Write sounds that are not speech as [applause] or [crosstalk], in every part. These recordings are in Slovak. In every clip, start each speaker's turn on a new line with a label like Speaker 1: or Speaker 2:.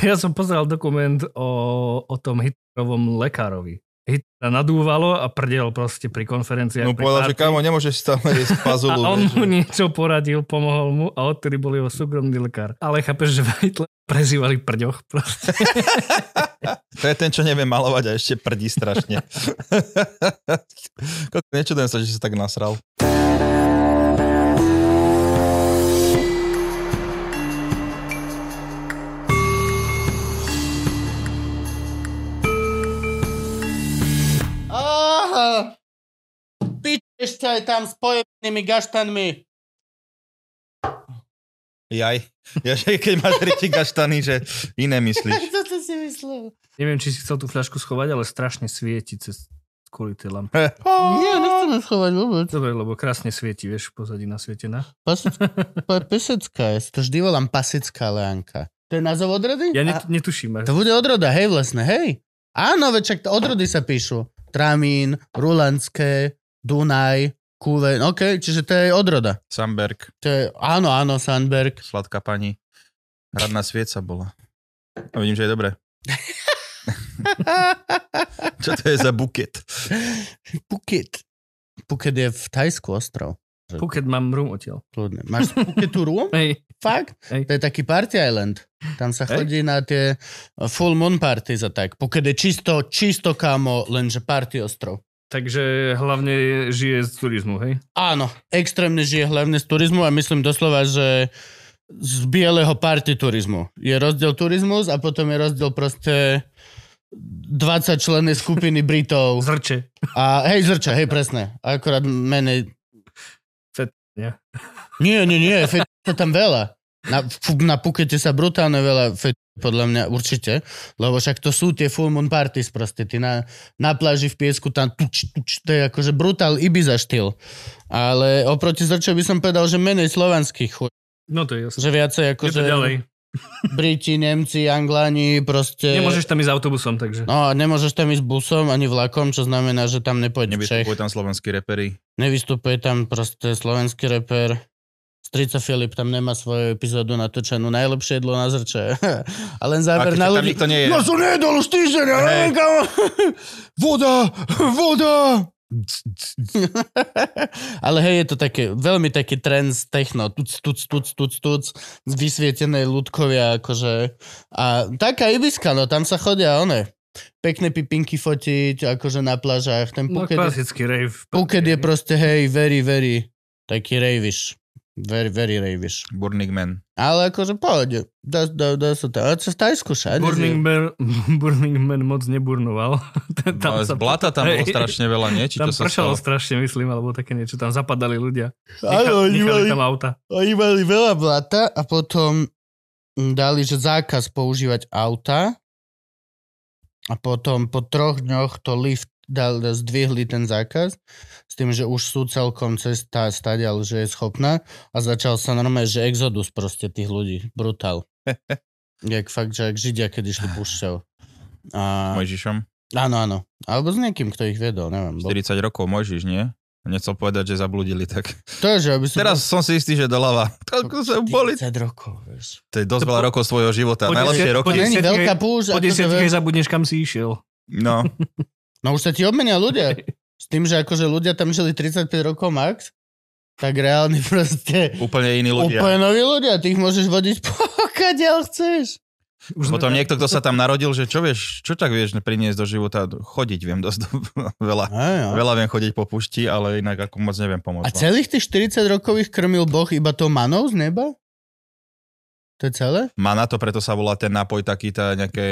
Speaker 1: ja som pozeral dokument o, o tom Hitlerovom lekárovi. Hitlera nadúvalo a prdel proste pri konferenciách.
Speaker 2: No
Speaker 1: pri
Speaker 2: povedal, že
Speaker 1: party.
Speaker 2: kámo, nemôžeš stále
Speaker 1: [laughs]
Speaker 2: jesť
Speaker 1: a
Speaker 2: pazulu.
Speaker 1: on
Speaker 2: vieš,
Speaker 1: mu
Speaker 2: že-
Speaker 1: niečo poradil, pomohol mu a odtedy bol jeho súkromný lekár. Ale chápeš, že [laughs] Hitler prezývali prďoch proste.
Speaker 2: To je ten, čo nevie malovať a ešte prdí
Speaker 1: [laughs]
Speaker 2: strašne. Ko- Nečudujem sa, že si sa tak nasral.
Speaker 3: Aha! Pič ešte aj tam s pojebenými gaštanmi.
Speaker 2: Jaj. Ja, že keď máš riti gaštany, že iné myslíš.
Speaker 3: [laughs]
Speaker 2: [laughs]
Speaker 3: To si si myslel.
Speaker 1: Neviem, či si chcel tú fľašku schovať, ale strašne svieti cez kvôli tej lampe.
Speaker 3: Nie, nechcem ju schovať vôbec.
Speaker 1: Dobre, lebo krásne svieti, vieš, pozadí nasvietená.
Speaker 3: Pasecká, to je pesecká, ja si to vždy volám pasecká leánka. To je názov odrody?
Speaker 1: Ja
Speaker 3: A-
Speaker 1: net, netuším.
Speaker 3: To bude odroda, hej vlastne, hej. Áno, veď však to odrody sa píšu. Tramín, Rulanské, Dunaj, Kuven, OK, čiže to je odroda.
Speaker 2: Samberg,
Speaker 3: To je, áno, áno, Sandberg.
Speaker 2: sladká pani. Radná svieca bola. A vidím, že je
Speaker 1: [laughs]
Speaker 2: dobré. Čo to je za buket?
Speaker 3: Phuket. Phuket je v Tajsku ostrov.
Speaker 1: Phuket mám rum odtiaľ.
Speaker 3: Kľudne. Máš v Phuketu rúm?
Speaker 1: Hej,
Speaker 3: Fakt?
Speaker 1: Hej.
Speaker 3: To je taký party island. Tam sa
Speaker 1: Hej.
Speaker 3: chodí na tie full moon parties a tak. Phuket je čisto, čisto kámo, lenže party ostrov.
Speaker 1: takže hlavne žije z turizmu, hej?
Speaker 3: Áno, extrémne žije hlavne z turizmu a myslím doslova, že z bieleho party turizmu. Je rozdiel turizmus a potom je rozdiel proste 20 člennej skupiny Britov.
Speaker 1: Zrče.
Speaker 3: A hej, zrča, hej, presne. Akorát menej...
Speaker 1: Fet, nie?
Speaker 3: Nie, nie, nie, fet je tam veľa. Na, f- na Pukete sa brutálne veľa fet podľa mňa určite, lebo však to sú tie full moon parties proste, ty na, na pláži v piesku tam tuč, tuč, to je akože brutál Ibiza štýl. Ale oproti Zrče by som povedal, že menej slovanských chuj,
Speaker 1: No to je jasné.
Speaker 3: že viacej
Speaker 1: Je
Speaker 3: akože
Speaker 1: to ďalej.
Speaker 3: Briti, Nemci, Angláni
Speaker 2: E,
Speaker 3: proste...
Speaker 1: Nemôžeš tam ísť autobusom, takže.
Speaker 3: No a nemôžeš tam ísť busom ani vlakom, čo znamená, že tam nepôjde Čech.
Speaker 2: Nevystupujú tam slovenskí repery.
Speaker 3: Nevystupuje tam proste slovenský reper. Strico Filip tam nemá svoju epizódu natočenú. Najlepšie jedlo na zrče. [laughs] A len záber
Speaker 2: Ako,
Speaker 3: na
Speaker 2: tam
Speaker 3: ľudí. No
Speaker 2: nikto nie je.
Speaker 3: Ja som nejedol už týždeň, ja neviem
Speaker 2: Hej.
Speaker 3: kam.
Speaker 2: Voda! Voda!
Speaker 3: [laughs] Ale hej, je to také, veľmi taký trend z techno. Tuc, tuc, tuc, tuc, tuc. Vysvietené ľudkovia, akože. A taká ibiska, no tam sa chodia, one. Pekné pipinky fotiť, akože na plážach. Ten
Speaker 1: No,
Speaker 3: Phuket je-
Speaker 1: klasický rave.
Speaker 3: Phuket je proste, hej, very, very, taký rejviš. Very, very rejviš.
Speaker 2: Burning Man.
Speaker 3: Ale akože pohode, dá, dá, dá sa to. A čo v Tajsku všade?
Speaker 1: Burning
Speaker 3: že-
Speaker 1: [laughs] Man, Burning Man moc neburnoval. [laughs]
Speaker 2: Tam
Speaker 1: tam sa
Speaker 2: No, blata tam bolo
Speaker 1: Hej.
Speaker 2: strašne veľa, nie? Či
Speaker 1: tam
Speaker 2: to sa
Speaker 1: pršalo
Speaker 2: stalo?
Speaker 1: strašne, myslím, alebo také niečo. Tam zapadali ľudia.
Speaker 3: Áno, oni
Speaker 1: nechali
Speaker 3: mali,
Speaker 1: tam auta.
Speaker 3: oni mali veľa blata a potom mm, dali, že zákaz používať auta a potom po troch dňoch to lift dal, zdvihli ten zákaz s tým, že už sú celkom cesta stadial, že je schopná a začal sa normálne, že exodus proste tých ľudí.
Speaker 2: [laughs]
Speaker 3: Brutál. jak fakt, že jak Židia, keď išli púšťou. A,
Speaker 2: Mojžišom.
Speaker 3: áno, áno. Alebo s niekým, kto ich vedol, neviem. Bol,
Speaker 2: 40 rokov Mojžiš, nie? Nechcel povedať, že zabludili, tak...
Speaker 3: to je, že aby som...
Speaker 2: Teraz som si istý, že doľava. Koľko sa boli?
Speaker 3: 40 rokov, vieš.
Speaker 2: To je dosť veľa rokov svojho života.
Speaker 1: Po
Speaker 2: Najlepšie
Speaker 1: desiat-
Speaker 2: roky.
Speaker 3: To není
Speaker 1: desiatke-
Speaker 3: veľká púšť.
Speaker 1: Po
Speaker 3: ako to
Speaker 1: desiatke
Speaker 3: veľ-
Speaker 1: zabudneš, kam si išiel.
Speaker 2: No,
Speaker 3: No už sa ti obmenia ľudia. S tým, že akože ľudia tam žili 35 rokov max, tak reálne [laughs] proste
Speaker 2: úplne
Speaker 1: [laughs]
Speaker 2: iní ľudia.
Speaker 3: úplne noví ľudia. Ty ich môžeš vodiť [laughs] pokiaľ chceš.
Speaker 1: Už sme-
Speaker 2: Potom niekto, kto sa tam narodil, že čo vieš, čo tak vieš priniesť do života? Chodiť viem dosť do- [laughs] veľa.
Speaker 3: A,
Speaker 2: Veľa viem chodiť po pušti, ale inak ako moc neviem pomôcť. no.
Speaker 3: No, a celých tých 40 rokov ich krmil Boh iba to manou z neba? To je celé?
Speaker 2: Mana to preto sa volá ten nápoj taký, tá nejaké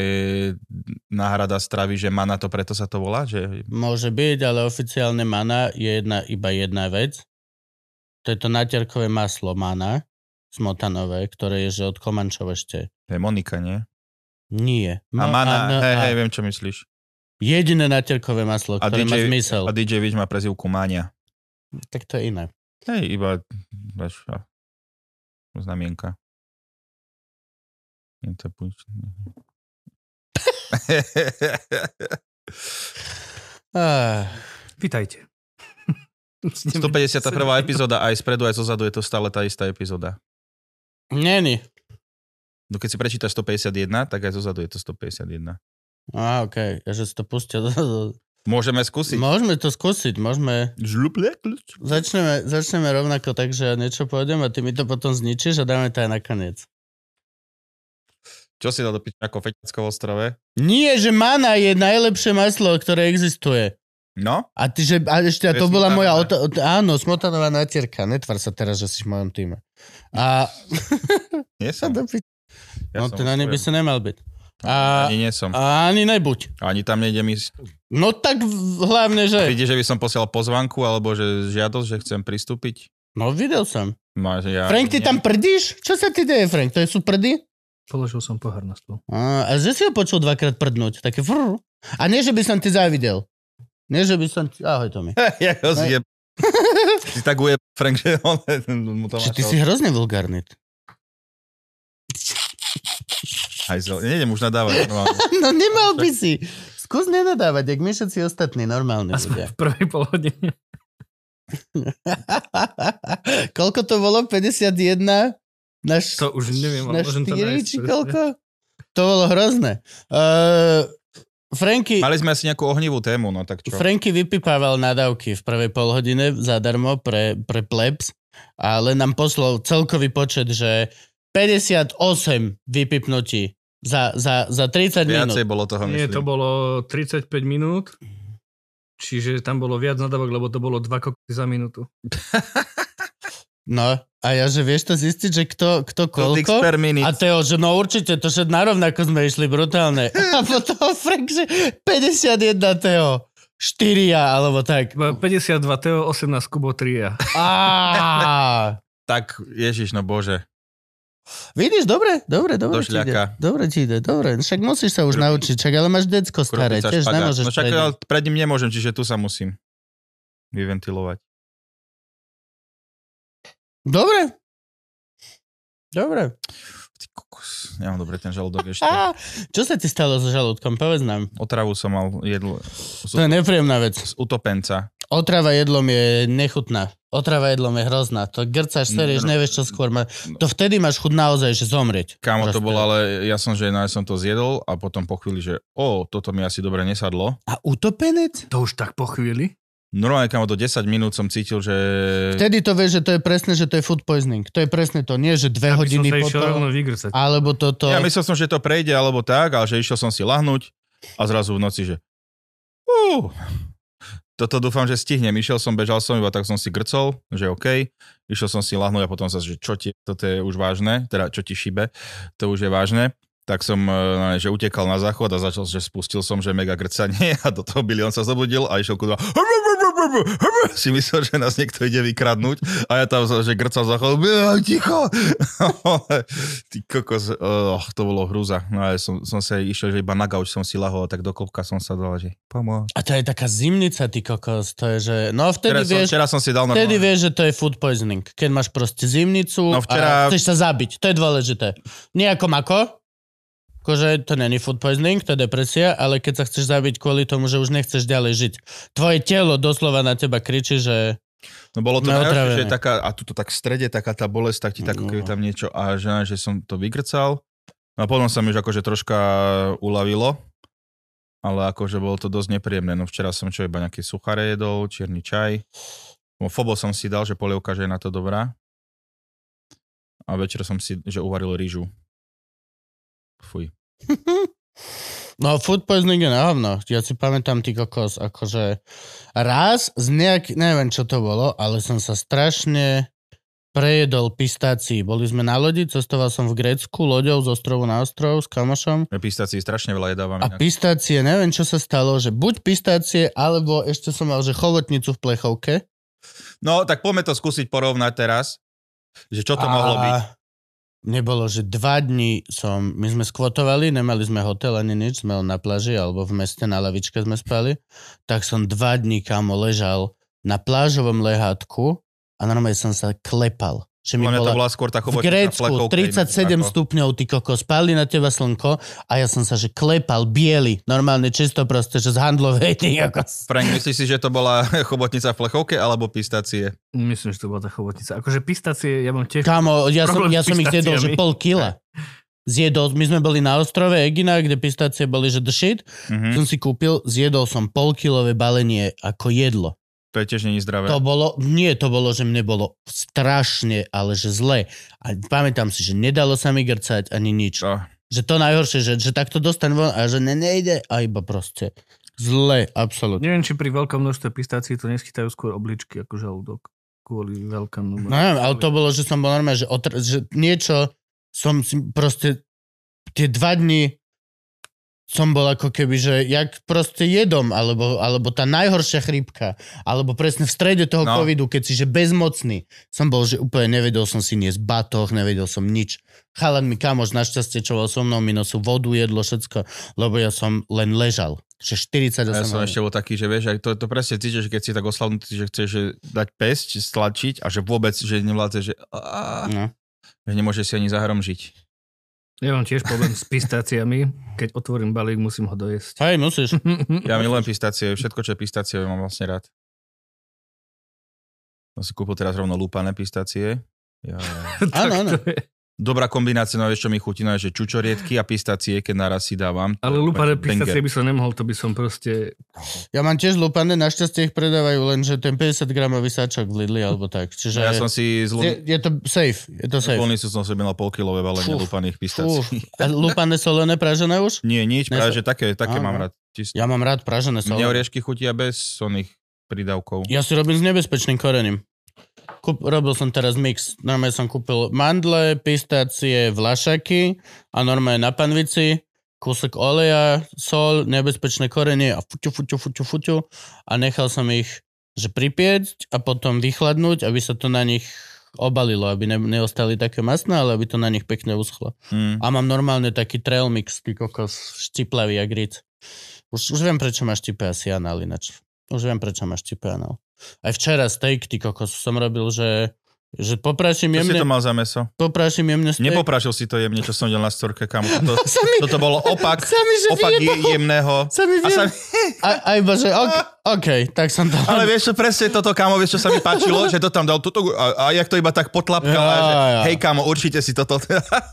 Speaker 2: náhrada stravy, že mana to preto sa to volá, že
Speaker 3: Môže byť, ale oficiálne mana je jedna, iba jedna vec. To je to natierkové maslo mana, smotanové, ktoré je že od Komančov ešte.
Speaker 2: to je Monika, nie?
Speaker 3: Nie.
Speaker 2: A mana,
Speaker 3: Ano,
Speaker 2: hej,
Speaker 3: No, a-
Speaker 2: hej, viem, čo myslíš.
Speaker 3: Jediné natierkové maslo,
Speaker 2: A
Speaker 3: ktoré má
Speaker 2: DJ
Speaker 3: zmysel.
Speaker 2: A DJ Vič má prezivku Mania.
Speaker 3: Tak to je iné.
Speaker 2: Hej, iba vieš, a- znamienka. Nie, to je
Speaker 3: [laughs]
Speaker 2: púšť.
Speaker 3: Ah,
Speaker 1: [laughs]
Speaker 2: [laughs]
Speaker 1: Vítajte.
Speaker 2: 151. epizóda, aj spredu, aj zozadu je to stále tá istá epizóda.
Speaker 3: Není.
Speaker 2: No keď si prečítaš 151, tak aj zozadu je to 151.
Speaker 3: Á, okej, okay. že si to pustil. [laughs] do-
Speaker 2: Môžeme skúsiť.
Speaker 3: Môžeme to skúsiť, môžeme.
Speaker 2: Žluple, kľúč.
Speaker 3: Začneme, začneme rovnako tak, že ja niečo poviem a ty mi to potom zničíš a dáme to aj nakoniec.
Speaker 2: Čo si dal do piča ako Feťackovo ostrove?
Speaker 3: Nie, že mana je najlepšie maslo, ktoré existuje.
Speaker 2: No,
Speaker 3: A, ty, že, a ešte, a
Speaker 2: To je
Speaker 3: to bola
Speaker 2: smotanová.
Speaker 3: moja... Ota- ot- áno, smotanová natierka. Netvár sa teraz, že si v mojom týme. A...
Speaker 2: nie som. Ja
Speaker 3: no,
Speaker 2: som
Speaker 3: ty na nej by
Speaker 2: osvojil.
Speaker 3: si nemal byť. A,
Speaker 2: Ani nie som.
Speaker 3: a ani nebuď.
Speaker 2: Ani tam nejdem ísť.
Speaker 3: No tak v- hlavne, že...
Speaker 2: Vidíš, že by som posielal pozvanku alebo že žiadosť, že chcem pristúpiť?
Speaker 3: No videl som.
Speaker 2: No, že ja,
Speaker 3: Frank, ty
Speaker 2: nie.
Speaker 3: [laughs] tam prdíš? Čo sa ti deje, Frank? To je sú prdy?
Speaker 1: Položil som pohár na stôl.
Speaker 3: A, a že si ho počul dvakrát prdnúť? Také frr. A nie, že by som ti závidel. Nie, že by som... Ti... Ahoj, Tomi.
Speaker 1: Eh,
Speaker 2: ja ho
Speaker 3: Ne.
Speaker 2: zjeb... Ty tak ujeb, Frank, že on [laughs] mu to vlastne máš
Speaker 3: Či ty si hrozne vulgárny.
Speaker 2: hajzel. Nejdem už nadávať. No,
Speaker 3: [laughs] No nemal by si. Skús nenadávať, jak my všetci ostatní normálni ľudia. [laughs]
Speaker 1: Aspoň v prvej polhodine.
Speaker 3: koľko to bolo? 51? Na š-
Speaker 1: To už neviem, ale
Speaker 3: na
Speaker 1: môžem to
Speaker 3: 4,
Speaker 1: nájsť,
Speaker 3: či
Speaker 1: presne.
Speaker 3: koľko? To bolo hrozné. Uh, Franky,
Speaker 2: Mali sme asi nejakú ohnivú tému, no tak čo?
Speaker 3: Franky vypipával nadávky v prvej polhodine zadarmo pre, pre plebs, ale nám poslal celkový počet, že 58 vypipnutí za, za, za 30 minút.
Speaker 2: Viacej bolo toho,
Speaker 1: Nie,
Speaker 2: myslím.
Speaker 1: to bolo 35 minút. Čiže tam bolo viac nadávok, lebo to bolo dva kokoty za minútu.
Speaker 3: No, a ja, že vieš to zistiť, že kto, kto koľko?
Speaker 2: per minute.
Speaker 3: A Teo, že no určite, to že narovnako sme išli
Speaker 2: [laughs]
Speaker 3: brutálne. A potom Frank, že 51 Teo, 4 ja, alebo
Speaker 1: [laughs]
Speaker 3: tak.
Speaker 1: 52 Teo, 18 Kubo 3 ja.
Speaker 3: Á,
Speaker 2: Tak, ježiš, no bože.
Speaker 3: vidíš, dobre, dobre, dobre
Speaker 2: Do
Speaker 3: ti ide.
Speaker 2: šľaka.
Speaker 3: Dobre ti ide, dobre. Však musíš sa už
Speaker 2: Krupy.
Speaker 3: naučiť, čak, ale máš decko staré,
Speaker 2: Krupica
Speaker 3: tiež
Speaker 2: špagát.
Speaker 3: nemôžeš
Speaker 2: No však
Speaker 3: prejsť.
Speaker 2: ale pred ním nemôžem, čiže tu sa musím vyventilovať.
Speaker 3: Dobre. Dobre.
Speaker 2: Ty kokos, nemám dobre ten žalúdok
Speaker 3: [laughs]
Speaker 2: ešte.
Speaker 3: Á, čo sa ti stalo so žalúdkom, povedz nám.
Speaker 2: Otravu som mal jedlo
Speaker 3: To je nepríjemná vec.
Speaker 2: z utopenca.
Speaker 3: Otrava jedlom je nechutná. Otrava jedlom je hrozná. To grcáš, serieš,
Speaker 2: No,
Speaker 3: nevieš čo skôr. Ma...
Speaker 2: no.
Speaker 3: To vtedy máš chud naozaj, že zomrieť.
Speaker 2: Kámo to
Speaker 3: Proste.
Speaker 2: bolo, ale ja som, že no, ja som to zjedol a potom po chvíli, že o, toto mi asi dobre nesadlo.
Speaker 3: A utopenec?
Speaker 1: [laughs] To už tak po chvíli.
Speaker 2: Normálne, kámo, do 10 minút som cítil, že...
Speaker 3: Vtedy to vieš, že to je presne, že to je food poisoning. To je presne to. Nie, že dve
Speaker 1: Aby som
Speaker 3: hodiny
Speaker 1: sa išiel rovno
Speaker 3: potom.
Speaker 1: vygrcať.
Speaker 3: Alebo toto.
Speaker 2: Ja myslel som, že to prejde alebo tak, ale že išiel som si lahnúť a zrazu v noci, že... Uh, toto dúfam, že stihnem. Išiel som, bežal som, iba tak som si grcol, že OK. Išiel som si lahnúť a potom sa, že čo ti, toto je už vážne, teda čo ti šibe, to už je vážne. Tak som, e, že utekal na záchod a začal, že spustil som, že mega grcanie [laughs] a do toho Billy on sa zobudil a išiel ku dva. Si myslel, že nás niekto ide vykradnúť a ja tam, že grcal záchod, [laughs] ticho, Ty kokos, oh, to bolo hrúza. No a ja som, som sa išiel, že iba na gauč som si lahol, tak do klopka som sa dal, že pomôž.
Speaker 3: A to je taká zimnica, ty kokos. To je, že... No
Speaker 2: Včera,
Speaker 3: vtedy
Speaker 2: som,
Speaker 3: vieš,
Speaker 2: včera som si dal na...
Speaker 3: Vtedy vieš, že to je food poisoning. Keď máš proste zimnicu
Speaker 2: No
Speaker 3: a
Speaker 2: včera-
Speaker 3: chceš sa zabiť. To je dôležité. Nie ako mako, akože to není food poisoning, to je depresia, ale keď sa chceš zabiť kvôli tomu, že už nechceš ďalej žiť. Tvoje telo doslova na teba kričí, že
Speaker 2: No bolo to
Speaker 3: sme
Speaker 2: najhoršie, že
Speaker 3: otravené.
Speaker 2: taká, a tuto tak v strede, taká tá bolesť, tak ti tak,
Speaker 3: No.
Speaker 2: no. tam niečo, a že, že som to vygrcal. No a potom sa mi už akože troška uľavilo, ale akože bolo to dosť nepríjemné. No včera som čo, iba nejaké suchare jedol, čierny čaj. No, Fobo som si dal, že polievka, že je na to dobrá. A večer som si, že uvaril rýžu. Fuj.
Speaker 3: no food poisoning je na hovno. Ja si pamätám ty kokos, akože raz z nejak, neviem čo to bolo, ale som sa strašne prejedol pistácií. Boli sme na lodi, cestoval som v Grécku loďou z ostrovu na ostrov s kamošom
Speaker 2: Ja pistácií strašne veľa jedávam.
Speaker 3: A
Speaker 2: inak.
Speaker 3: pistácie, neviem čo sa stalo, že buď pistácie, alebo ešte som mal, že chovotnicu v plechovke.
Speaker 2: No, tak poďme to skúsiť porovnať teraz, že čo to
Speaker 3: A
Speaker 2: mohlo byť.
Speaker 3: Nebolo, že dva dní som, my sme skvotovali, nemali sme hotel ani nič, sme len na pláži alebo v meste na lavičke sme spali, tak som dva dní kamo ležal na plážovom lehátku a normálne som sa klepal. Že
Speaker 2: Podľa
Speaker 3: mi
Speaker 2: mňa to
Speaker 3: bola
Speaker 2: bola skôr tá
Speaker 3: v
Speaker 2: chobotnica
Speaker 3: Grécku
Speaker 2: flekovka,
Speaker 3: 37
Speaker 2: inak ako-
Speaker 3: stupňov, ty koko, spáli na teba slnko a ja som sa, že klepal, biely, normálne čisto proste, že z handlovej, ty kokos.
Speaker 2: Frank, myslíš si, že to
Speaker 3: [laughs]
Speaker 2: bola chobotnica v plechovke alebo pistácie?
Speaker 1: Myslím, že to bola tá chobotnica. Akože pistacie, ja mám tiež...
Speaker 3: Kámo, ja som,
Speaker 1: Problém
Speaker 3: ja
Speaker 1: s
Speaker 3: som ich jedol, že
Speaker 1: pistáciami.
Speaker 3: pol kila. Zjedol, my sme boli na ostrove Egina, kde pistácie boli, že the shit.
Speaker 1: Hm.
Speaker 2: Mhm.
Speaker 3: Som si kúpil, zjedol som polkilové balenie ako jedlo.
Speaker 2: To je tiež není zdravé.
Speaker 3: To bolo, nie, to bolo, že mne bolo strašne, ale že zle. A pamätám si, že nedalo sa mi grcať ani nič.
Speaker 1: No.
Speaker 2: To.
Speaker 3: Že to najhoršie, že, že takto dostan von a že ne, nejde a iba proste. Zle, absolútne.
Speaker 1: Neviem, či pri veľkom množstve pistácií to neschytajú skôr obličky ako žalúdok. Kvôli veľkému.
Speaker 3: No neviem, ale to bolo, že som bol normálne, že, otr- že niečo som si proste tie dva dni som bol ako keby, že jak proste jedom, alebo, alebo tá najhoršia chrípka, alebo presne v strede toho
Speaker 2: No.
Speaker 3: no. covidu, keď si že bezmocný, som bol, že úplne nevedel som si niesť batoh, nevedel som nič. Chalan mi kamoš našťastie čoval so mnou, mi nosil vodu, jedlo, všetko, lebo ja som len ležal. Že 48
Speaker 2: Ja som
Speaker 3: hodín.
Speaker 2: ešte bol taký, že vieš, aj to, to presne cítiš, že keď si tak oslavnutý, že chceš že dať pesť, stlačiť a že vôbec, že nevládze, že, á,
Speaker 3: No.
Speaker 2: že nemôžeš si ani zahromžiť.
Speaker 1: Ja mám tiež problém s pistáciami. Keď otvorím balík, musím ho
Speaker 3: [laughs]
Speaker 1: dojesť. [laughs]
Speaker 3: Hej, musíš.
Speaker 2: Ja milujem pistácie, všetko, čo je pistácie, mám vlastne rád. Som si kúpil teraz rovno lúpané pistácie. Ja.
Speaker 1: Tak
Speaker 3: áno.
Speaker 1: to je.
Speaker 2: Dobrá kombinácia, no vieš, čo mi chutí, no je, že čučoriedky a pistácie, keď naraz si dávam. to
Speaker 1: Ale
Speaker 2: je
Speaker 1: lupané
Speaker 2: úplne banger.
Speaker 1: pistácie by som nemohol, to by som proste...
Speaker 3: Ja mám tiež lupané, našťastie ich predávajú len, že ten 50 gramový sačok v Lidli alebo tak. Čiže
Speaker 2: No Ja som si z
Speaker 3: je,
Speaker 2: Lun-
Speaker 3: je, to safe, je to
Speaker 2: z
Speaker 3: safe.
Speaker 2: Lunisu som si objednal polkilové balenie
Speaker 3: Fú,
Speaker 2: lúpaných
Speaker 3: Fú,
Speaker 2: pistácií.
Speaker 3: a lupané solené pražené
Speaker 2: [laughs]
Speaker 3: už?
Speaker 2: Nie, nič,
Speaker 3: Ne,
Speaker 2: práve, že také, také
Speaker 3: Áno.
Speaker 2: mám rád. Čisto.
Speaker 3: Ja mám rád pražené
Speaker 2: Mne
Speaker 3: solené.
Speaker 2: oriešky chutia bez oných prídavkov.
Speaker 3: Ja si robím s nebezpečným korením. Kúp, robil som teraz mix. Normálne som kúpil mandle, pistácie, vlašaky a normálne na panvici kúsok oleja, sol, nebezpečné korenie a fuťu, fuťu, fuťu, fuťu a nechal som ich že pripiecť a potom vychladnúť, aby sa to na nich obalilo, aby ne, neostali také masné, ale aby to na nich pekne uschlo.
Speaker 2: Mm.
Speaker 3: A mám normálne taký trail mix, ty kokos, štiplavý a gric. Už, už viem, prečo máš štipe asi anál ináč. Už viem, prečo máš štipe anál. Aj včera steak, ty kokos, som robil, že, že poprášim
Speaker 2: Čo si to
Speaker 3: jemne,
Speaker 2: mal za meso?
Speaker 3: poprášim jemne steak. [laughs]
Speaker 2: Nepoprašil si to jemne, čo som videl na storke, kamo. To,
Speaker 3: Sa mi,
Speaker 2: toto bolo opak,
Speaker 3: sa mi, že
Speaker 2: opak je, jemného.
Speaker 3: sa mi
Speaker 2: A sa,
Speaker 3: vyjeb- a, a iba, že OK, okay tak som to...
Speaker 2: ale vieš, čo, presne toto, kamo, vieš, čo sa mi páčilo, že to tam dal toto, a, a jak to iba tak potlapkala,
Speaker 3: Ja,
Speaker 2: že
Speaker 3: ja.
Speaker 2: hej, kamo, určite si toto. [laughs]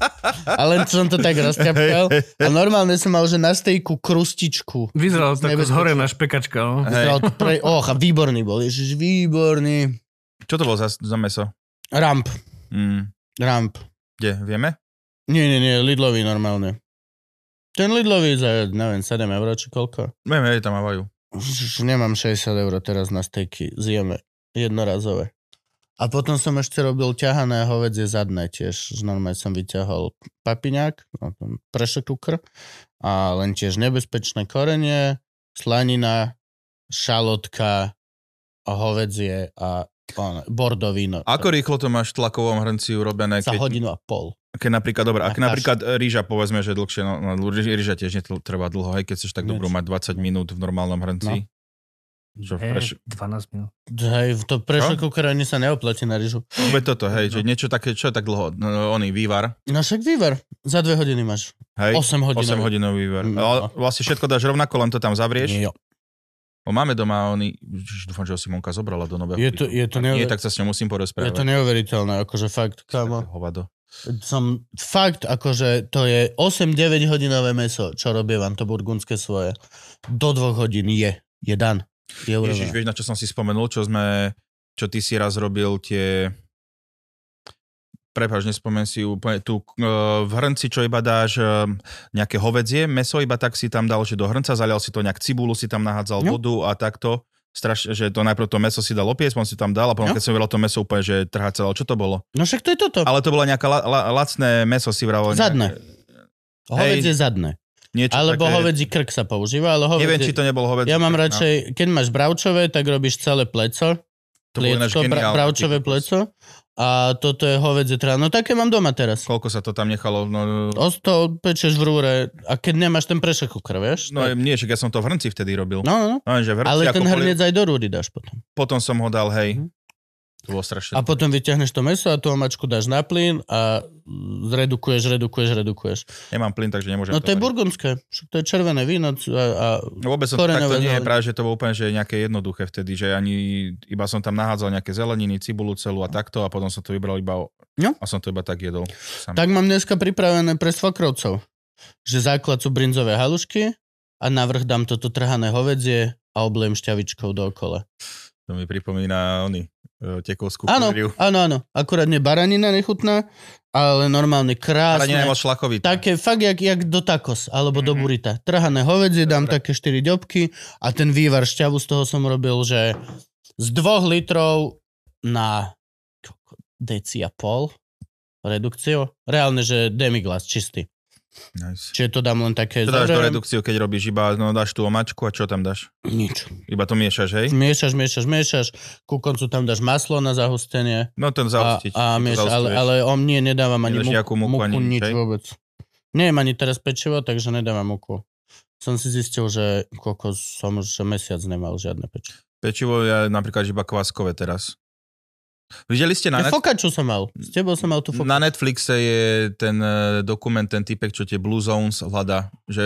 Speaker 3: A len som to tak rozťapkal. A normálne som mal, že na stejku krustičku.
Speaker 1: Vyzeralo to ako
Speaker 3: Nebezpečné.
Speaker 1: zhorená špekačka. No?
Speaker 2: Hej.
Speaker 3: Vyzeral to Pre... Och, a výborný bol, ježiš, výborný.
Speaker 2: Čo to bolo za, za meso?
Speaker 3: Ramp,
Speaker 2: Mm.
Speaker 3: ramp.
Speaker 2: Kde, vieme?
Speaker 3: Nie, nie, nie, Lidlový normálne. Ten Lidlový za, neviem, 7 eur či koľko.
Speaker 2: Vieme, hej, tam mávajú.
Speaker 3: Už Nemám 60 eur teraz na stejky, zjeme jednorazové. A potom som ešte robil ťahané hovedzie zadné tiež. Normálne som vyťahol papiňák, no, ten prešekukr a len tiež nebezpečné korenie, slanina, šalotka a hovedzie a on, bordovíno.
Speaker 2: Ako rýchlo to máš v tlakovom hrnci urobené?
Speaker 3: Za hodinu a pol.
Speaker 2: Keď napríklad, dobre, a
Speaker 3: Na
Speaker 2: keď
Speaker 3: kašu.
Speaker 2: napríklad e, rýža, povedzme, že dlhšie, no, no rý- rýža tiež netrvá dlho, hej, keď chceš tak
Speaker 3: Nie.
Speaker 2: dobrú mať 20 minút v normálnom hrnci. Čo, v preš-
Speaker 1: Hej, 12 minút.
Speaker 3: Hej, to prešekukr ani sa neoplatí na ryžu.
Speaker 2: Veď toto, hej, že niečo také, čo je tak dlho, no, oný vývar,
Speaker 3: No však výver. Za dve hodiny máš.
Speaker 2: hej,
Speaker 3: 8 hodín.
Speaker 2: 8 hodinový vývar.
Speaker 3: No.
Speaker 2: Ale vlastne všetko dáš rovnako, len to tam zavrieš.
Speaker 3: Jo.
Speaker 2: O, máme doma oný, Ježiš, dúfam, že ho Simonka zobrala do nového.
Speaker 3: Je
Speaker 2: bytu.
Speaker 3: to, je to,
Speaker 2: Nie,
Speaker 3: neuver-
Speaker 2: tak sa s ňou musím
Speaker 3: je to
Speaker 2: porozprávať.
Speaker 3: neuveriteľné, akože fakt, kámo.
Speaker 2: Hovado.
Speaker 3: Som fakt, akože to je 8-9 hodinové meso, čo robie vám to burgundské svoje. Do dvoch hodín je. Je dan. Je
Speaker 2: Ježiš,
Speaker 3: urobené.
Speaker 2: vieš, na čo som si spomenul, čo sme, čo ty si raz robil tie... Prepaž, nespomen si úplne tu v hrnci, čo iba dáš e, nejaké hovedzie, meso iba tak si tam dal, že do hrnca zalial si to nejak cibulu, si tam nahádzal
Speaker 3: Jo.
Speaker 2: vodu a takto. Straš, že to najprv to meso si dal opiec, potom si tam dal a potom
Speaker 3: Jo.
Speaker 2: keď som vedel to meso úplne, že trhá celé, čo to bolo?
Speaker 3: No však to je toto.
Speaker 2: [laughs] Ale to bolo nejaké la, la, lacné meso si vravo.
Speaker 3: Zadné. Hovedzie zadné.
Speaker 2: Niečo
Speaker 3: Alebo
Speaker 2: také,
Speaker 3: hovedzi krk sa používa, ale hovedzie...
Speaker 2: Neviem, či to nebol hovedzie.
Speaker 3: Ja mám
Speaker 2: krk, no.
Speaker 3: radšej, keď máš bravčové, tak robíš celé pleco.
Speaker 2: No, To bolo ináč
Speaker 3: Pliecko, bra-
Speaker 2: geniálne.
Speaker 3: bravčové pleco. A toto je hovedzie tráno. No také mám doma teraz.
Speaker 2: Koľko sa to tam nechalo? No,
Speaker 3: Osto pečeš v rúre a keď nemáš ten prešek kukr, vieš?
Speaker 2: No nie, však ja som to v hrnci vtedy robil.
Speaker 3: no, no, no.
Speaker 2: No, že v hrnci,
Speaker 3: Ale ten
Speaker 2: ako
Speaker 3: hrniec aj do rúry dáš potom.
Speaker 2: Boli, potom som ho dal, hej.
Speaker 3: Mhm.
Speaker 2: To bolo strašne.
Speaker 3: A potom vyťahneš to meso a tú omačku dáš na plyn a zredukuješ, redukuješ, redukuješ.
Speaker 2: Nemám plyn, takže nemôžem
Speaker 3: No to je
Speaker 2: variť.
Speaker 3: burgundské. Však To je červené víno c- a, a
Speaker 2: No vôbec som to takto
Speaker 3: koreňové
Speaker 2: nie je
Speaker 3: zelenie.
Speaker 2: práve, že to bolo úplne že nejaké jednoduché vtedy, že ani iba som tam nahádzal nejaké zeleniny, cibulu celú a takto a potom som to vybral iba o-
Speaker 3: No.
Speaker 2: A som to iba tak jedol. Sám.
Speaker 3: Tak mám dneska pripravené pre svokrovcov. Že základ sú brinzové halušky a navrh dám toto trhané hovedzie a oblem šťavičkou dookola.
Speaker 2: To mi pripomína oni, e, tekovskú
Speaker 3: Áno,
Speaker 2: kúriu.
Speaker 3: áno, áno. Akurát nie baranina nechutná, ale normálne
Speaker 2: Ale nie je
Speaker 3: krásne.
Speaker 2: moc šlakovité.
Speaker 3: Také fakt jak, jak do tacos, alebo do
Speaker 2: Mhm.
Speaker 3: burita. Trhané hovedzie, dám
Speaker 2: Dobre.
Speaker 3: také 4 ďobky a ten vývar šťavu z toho som robil, že z 2 litrov na koľko? deci a pol redukciu. Reálne, že demiglas čistý.
Speaker 2: Nice.
Speaker 3: Čiže to dám len také...
Speaker 2: Čo dáš Teda do
Speaker 3: zavriem,
Speaker 2: redukciu, keď robíš iba, no dáš tú omačku a čo tam dáš?
Speaker 3: Nič.
Speaker 2: Iba to miešaš, hej?
Speaker 3: Miešaš, miešaš, miešaš. Ku koncu tam dáš maslo na zahustenie.
Speaker 2: No ten
Speaker 3: A,
Speaker 2: zaustiť.
Speaker 3: a mieš, ale, ale on nie, nedávam ani
Speaker 2: Nedáš
Speaker 3: muku,
Speaker 2: nejakú muku,
Speaker 3: muku
Speaker 2: ani nič,
Speaker 3: nič
Speaker 2: hej?
Speaker 3: vôbec. Nemám ani teraz pečivo, takže nedávam muku. Som si zistil, že koľko som už mesiac nemal žiadne pečivo.
Speaker 2: Pečivo je napríklad iba kváskové teraz. Videli ste na,
Speaker 3: Ja
Speaker 2: net...
Speaker 3: fokaču som mal. S tebou som mal tú fokaču.
Speaker 2: na Netflixe je ten eh, dokument, ten typek, čo tie Blue Zones hľada, že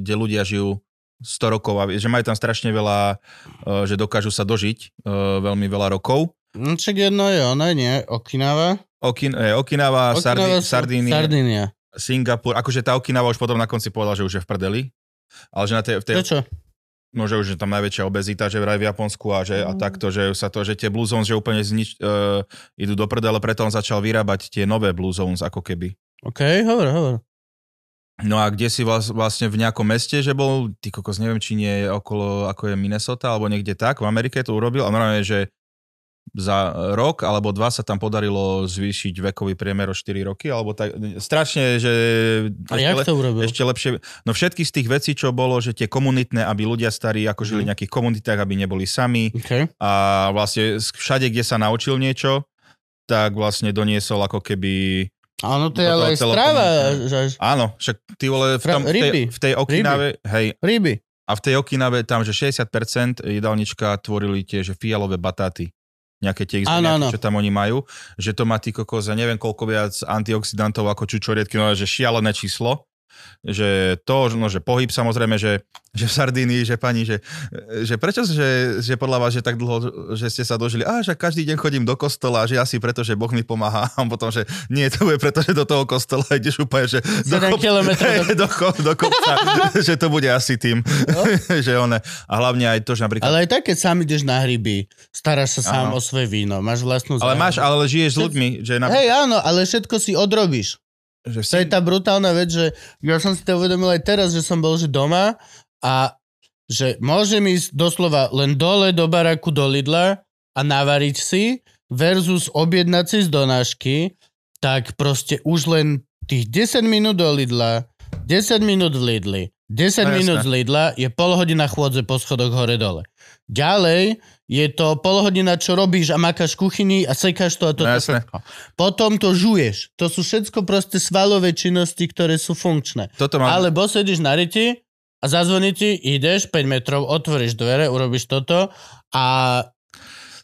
Speaker 2: kde ľudia žijú 100 rokov a že majú tam strašne veľa, eh, že dokážu sa dožiť eh, veľmi veľa rokov.
Speaker 3: No Však jedno je ona, nie? Okinawa.
Speaker 2: Okin, eh, Okinawa, Sardi,
Speaker 3: Okinawa sú-
Speaker 2: Sardíny,
Speaker 3: Sardinia.
Speaker 2: Singapur, akože tá Okinawa už potom na konci povedala, že už je v prdeli, ale že na tej, v tej
Speaker 3: Prečo?
Speaker 2: No, že už je tam najväčšia obezita, že vraj v Japonsku a, že, a
Speaker 3: Mm.
Speaker 2: takto, že sa to, že tie Blue Zones, že úplne znič, uh, idú do prdele, preto on začal vyrábať tie nové Blue Zones, ako keby.
Speaker 3: OK, hovor, hovor.
Speaker 2: No a kde si vás, vlastne v nejakom meste, že bol, ty kokos, neviem, či nie je okolo, ako je Minnesota, alebo niekde tak, v Amerike to urobil a normálne, že za rok alebo dva sa tam podarilo zvýšiť vekový priemer o 4 roky, alebo tak, strašne, že...
Speaker 3: A jak to urobil?
Speaker 2: Ešte lepšie. No všetky z tých vecí, čo bolo, že tie komunitné, aby ľudia starí ako žili
Speaker 3: Mhm.
Speaker 2: v nejakých komunitách, aby neboli sami
Speaker 3: OK.
Speaker 2: a vlastne s- všade, kde sa naučil niečo, tak vlastne doniesol ako keby...
Speaker 3: Áno, no, to je
Speaker 2: Do toho
Speaker 3: ale aj
Speaker 2: celého
Speaker 3: strava.
Speaker 2: komunitného.
Speaker 3: že až-
Speaker 2: Áno, však ty vole v,
Speaker 3: Fra-
Speaker 2: tom, v, tej,
Speaker 3: ryby.
Speaker 2: v tej Okinave, hej, [laughs]
Speaker 3: Ryby.
Speaker 2: a v tej Okinave tam, že 60% jedálnička tvorili tie, že fialové batáty. Nejaké tie
Speaker 3: Áno, áno.
Speaker 2: exotické, čo tam oni majú. Že to má ty kokos, ja neviem koľko viac antioxidantov ako čučorietky, no že šialené číslo. Že to, no že pohyb samozrejme, že, že v Sardínii, že pani, že, že prečo, že, že podľa vás, že tak dlho, že ste sa dožili, a že každý deň chodím do kostola, že asi preto, že Boh mi pomáha, [laughs] a potom, že nie, to je preto, že do toho kostola ideš úplne, že do,
Speaker 3: 7
Speaker 2: kop-
Speaker 3: kilometrov
Speaker 2: [laughs]
Speaker 3: do
Speaker 2: Hej, do, ko- do kopca, že to bude asi tým,
Speaker 3: No.
Speaker 2: [laughs] že one, a hlavne aj to, že napríklad, ale,
Speaker 3: Ale aj tak, keď sám ideš na hryby, staráš sa sám
Speaker 2: Áno.
Speaker 3: o svoje víno, máš vlastnú
Speaker 2: ale
Speaker 3: záhradu.
Speaker 2: máš, ale žiješ s ľuďmi, že, na,
Speaker 3: Hej, áno, ale všetko si odrobíš.
Speaker 2: že
Speaker 3: To je tá brutálna vec, že ja som si to uvedomil aj teraz, že som bol že doma a že môžem ísť doslova len dole do baraku, do Lidla a navariť si versus objednať si z donášky, tak proste už len tých 10 minút do Lidla, 10 minút v Lidli, 10
Speaker 2: No jasné.
Speaker 3: minút z Lidla je pol hodina chôdze po schodoch hore-dole. Ďalej je to pol hodina, čo robíš a makáš v kuchyni a sekáš to a to.
Speaker 2: no, jasné,
Speaker 3: Potom to žuješ. To sú všetko proste svalové činnosti, ktoré sú funkčné.
Speaker 2: toto mám, ale,
Speaker 3: Alebo sedíš na riti a zazvoní ti, ideš 5 metrov, otvoríš dvere, urobíš toto a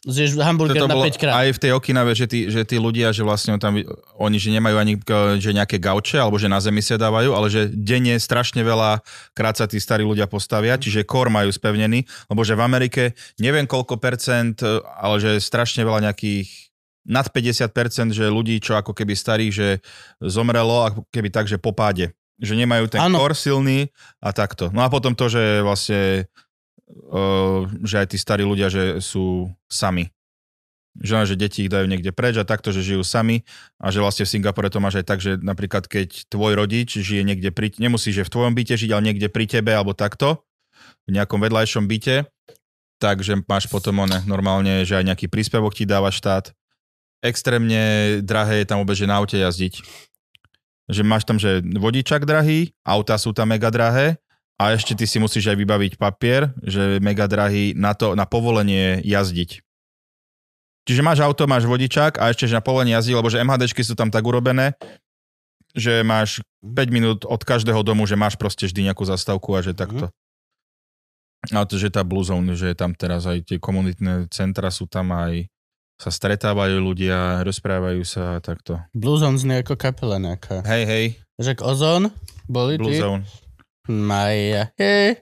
Speaker 3: zješ hamburger
Speaker 2: toto
Speaker 3: na
Speaker 2: bolo
Speaker 3: 5 krát.
Speaker 2: aj v tej Okinave, že tí, že tí ľudia, že vlastne tam, oni že nemajú ani k- že nejaké gauče, alebo že na zemi sedávajú, ale že denne strašne veľa krát sa tí starí ľudia postavia, čiže kor majú spevnený, lebo že v Amerike neviem koľko percent, e, ale že strašne veľa nejakých nad 50%, že ľudí, čo ako keby starých, že zomrelo ako keby tak, že po páde. Že nemajú ten
Speaker 3: Áno.
Speaker 2: kor silný a takto. No a potom to, že vlastne uh, že aj tí starí ľudia, že sú sami. Že, že deti ich dajú niekde preč a takto, že žijú sami a že vlastne v Singapore to máš aj tak, že napríklad keď tvoj rodič žije niekde pri, nemusí, že v tvojom byte žiť, ale niekde pri tebe alebo takto, v nejakom vedľajšom byte, takže máš potom one, normálne, že aj nejaký príspevok ti dáva štát. Extrémne drahé je tam vôbec, že na aute jazdiť. Že máš tam, že vodičak drahý, auta sú tam mega drahé a ešte ty si musíš aj vybaviť papier, že je mega drahý na, to, na povolenie jazdiť. Čiže máš auto, máš vodičák a ešte že na povolenie jazdí, lebo že MHDčky sú tam tak urobené, že máš 5 minút od každého domu, že máš proste vždy nejakú zastavku a že takto. A to, že tá Blue Zone, že je tam teraz aj tie komunitné centra sú tam aj sa stretávajú ľudia, rozprávajú sa a takto.
Speaker 3: Blue Zone znie ako kapela nejaká.
Speaker 2: Hej, hej,
Speaker 3: Že ozon? Boli
Speaker 2: Blue
Speaker 3: tí?
Speaker 2: Zone.
Speaker 3: Maja, hej,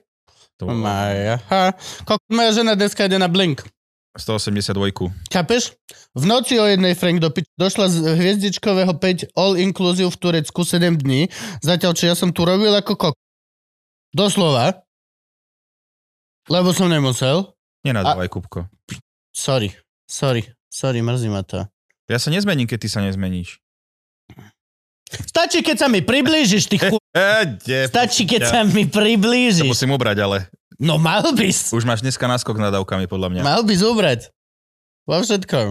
Speaker 2: To bolo-
Speaker 3: Maja, ha. Koľko moja žena dneska ide na Blink.
Speaker 2: 182.
Speaker 3: Chápeš? V noci o jednej Frank do pič- došla z hviezdičkového 5 all inclusive v Turecku 7 dní, zatiaľ čo ja som tu robil ako kok. Doslova. Lebo som nemusel.
Speaker 2: Nenadávaj, Kupko.
Speaker 3: Sorry. Sorry. Sorry, mrzí ma to.
Speaker 2: Ja sa nezmením, keď ty sa nezmeníš.
Speaker 3: Stačí, keď sa mi priblížiš, ty chu...
Speaker 2: E, de,
Speaker 3: Stačí, keď
Speaker 2: Ja.
Speaker 3: sa mi
Speaker 2: to
Speaker 3: priblížiš.
Speaker 2: musím ubrať, ale
Speaker 3: No mal by si.
Speaker 2: už máš dneska náskok nad dávkami, podľa mňa.
Speaker 3: Mal by zobrať. Vo všetkom.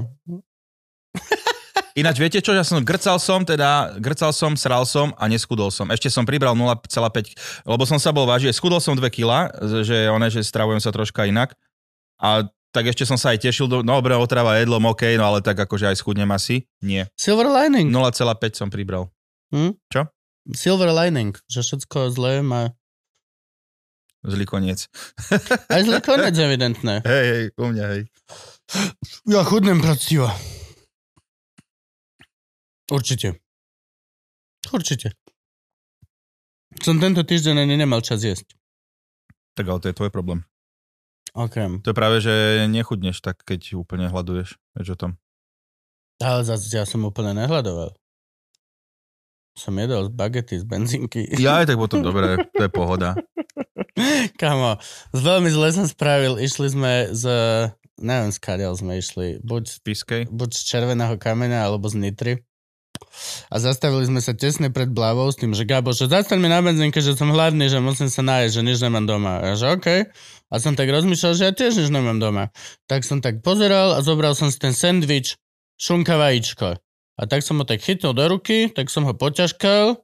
Speaker 2: Ináč, viete čo, ja som grcal som, teda grcal som, sral som a neskudol som. Ešte som pribral 0,5, lebo som sa bol vážiť. Skudol som 2 kg, že one, že stravujem sa troška inak. A tak ešte som sa aj tešil, do, no dobre, otrava jedlom, OK, no ale tak akože aj schudnem asi. Nie.
Speaker 3: Silver lining. No.
Speaker 2: 0,5 som pribral.
Speaker 3: Silver lining. Že všetko zlé má...
Speaker 2: Zlý koniec.
Speaker 3: Aj zlý konec, evidentné.
Speaker 2: Hej, hej, u mňa, hej.
Speaker 3: Ja chudnem poctivo. Určite. Určite. Som tento týždeň ani nemal čas jesť.
Speaker 2: Tak ale to je tvoj problém.
Speaker 3: Okrem.
Speaker 2: To je práve, že nechudneš tak, keď úplne hľaduješ. Vieš o tom.
Speaker 3: Ale zase ja som úplne nehľadoval. Som jedol z bagety, z benzinky. [laughs]
Speaker 2: Ja aj tak potom, dobre, to je pohoda.
Speaker 3: Kamo, z veľmi zle som spravil. Išli sme z... Neviem, skáďal sme išli. Buď,
Speaker 2: Pískej.
Speaker 3: buď z červeného kameňa, alebo z Nitry. A zastavili sme sa tesne pred Blavou s tým, že Gabo, že zastaň mi na benzinke, že som hladný, že musím sa nájsť, že nič nemám doma. A ja, že OK. A som tak rozmýšľal, že ja tiež nič nemám doma. Tak som tak pozeral a zobral som si ten sendvič, šunka vajíčko. A tak som ho tak chytil do ruky, tak som ho poťažkal,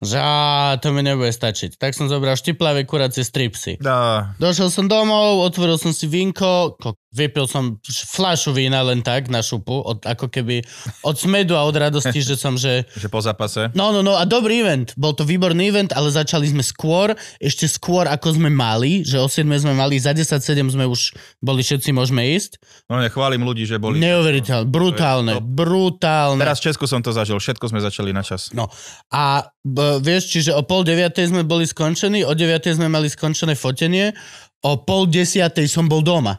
Speaker 3: že á, to mi nebude stačiť. Tak som zobral štiplavé kuracie stripsy.
Speaker 2: Dá.
Speaker 3: Došiel som domov, otvoril som si vinko, ko- vypil som š- fľašu vína len tak na šupu, od, ako keby od smedu a od radosti, že som, že
Speaker 2: Že po zápase.
Speaker 3: no, no, no a dobrý event. Bol to výborný event, ale začali sme skôr, ešte skôr ako sme mali, že o 7 sme mali, za 10-7 sme už boli všetci môžeme ísť.
Speaker 2: No nechválim ľudí, že boli.
Speaker 3: Neuveriteľné, brutálne,
Speaker 2: To je top.
Speaker 3: brutálne.
Speaker 2: Mm. Teraz v Česku som to zažil, všetko sme začali na čas.
Speaker 3: No. A b, vieš, čiže o pol deviatej sme boli skončení, o deviatej sme mali skončené fotenie, o pol desiatej som bol doma.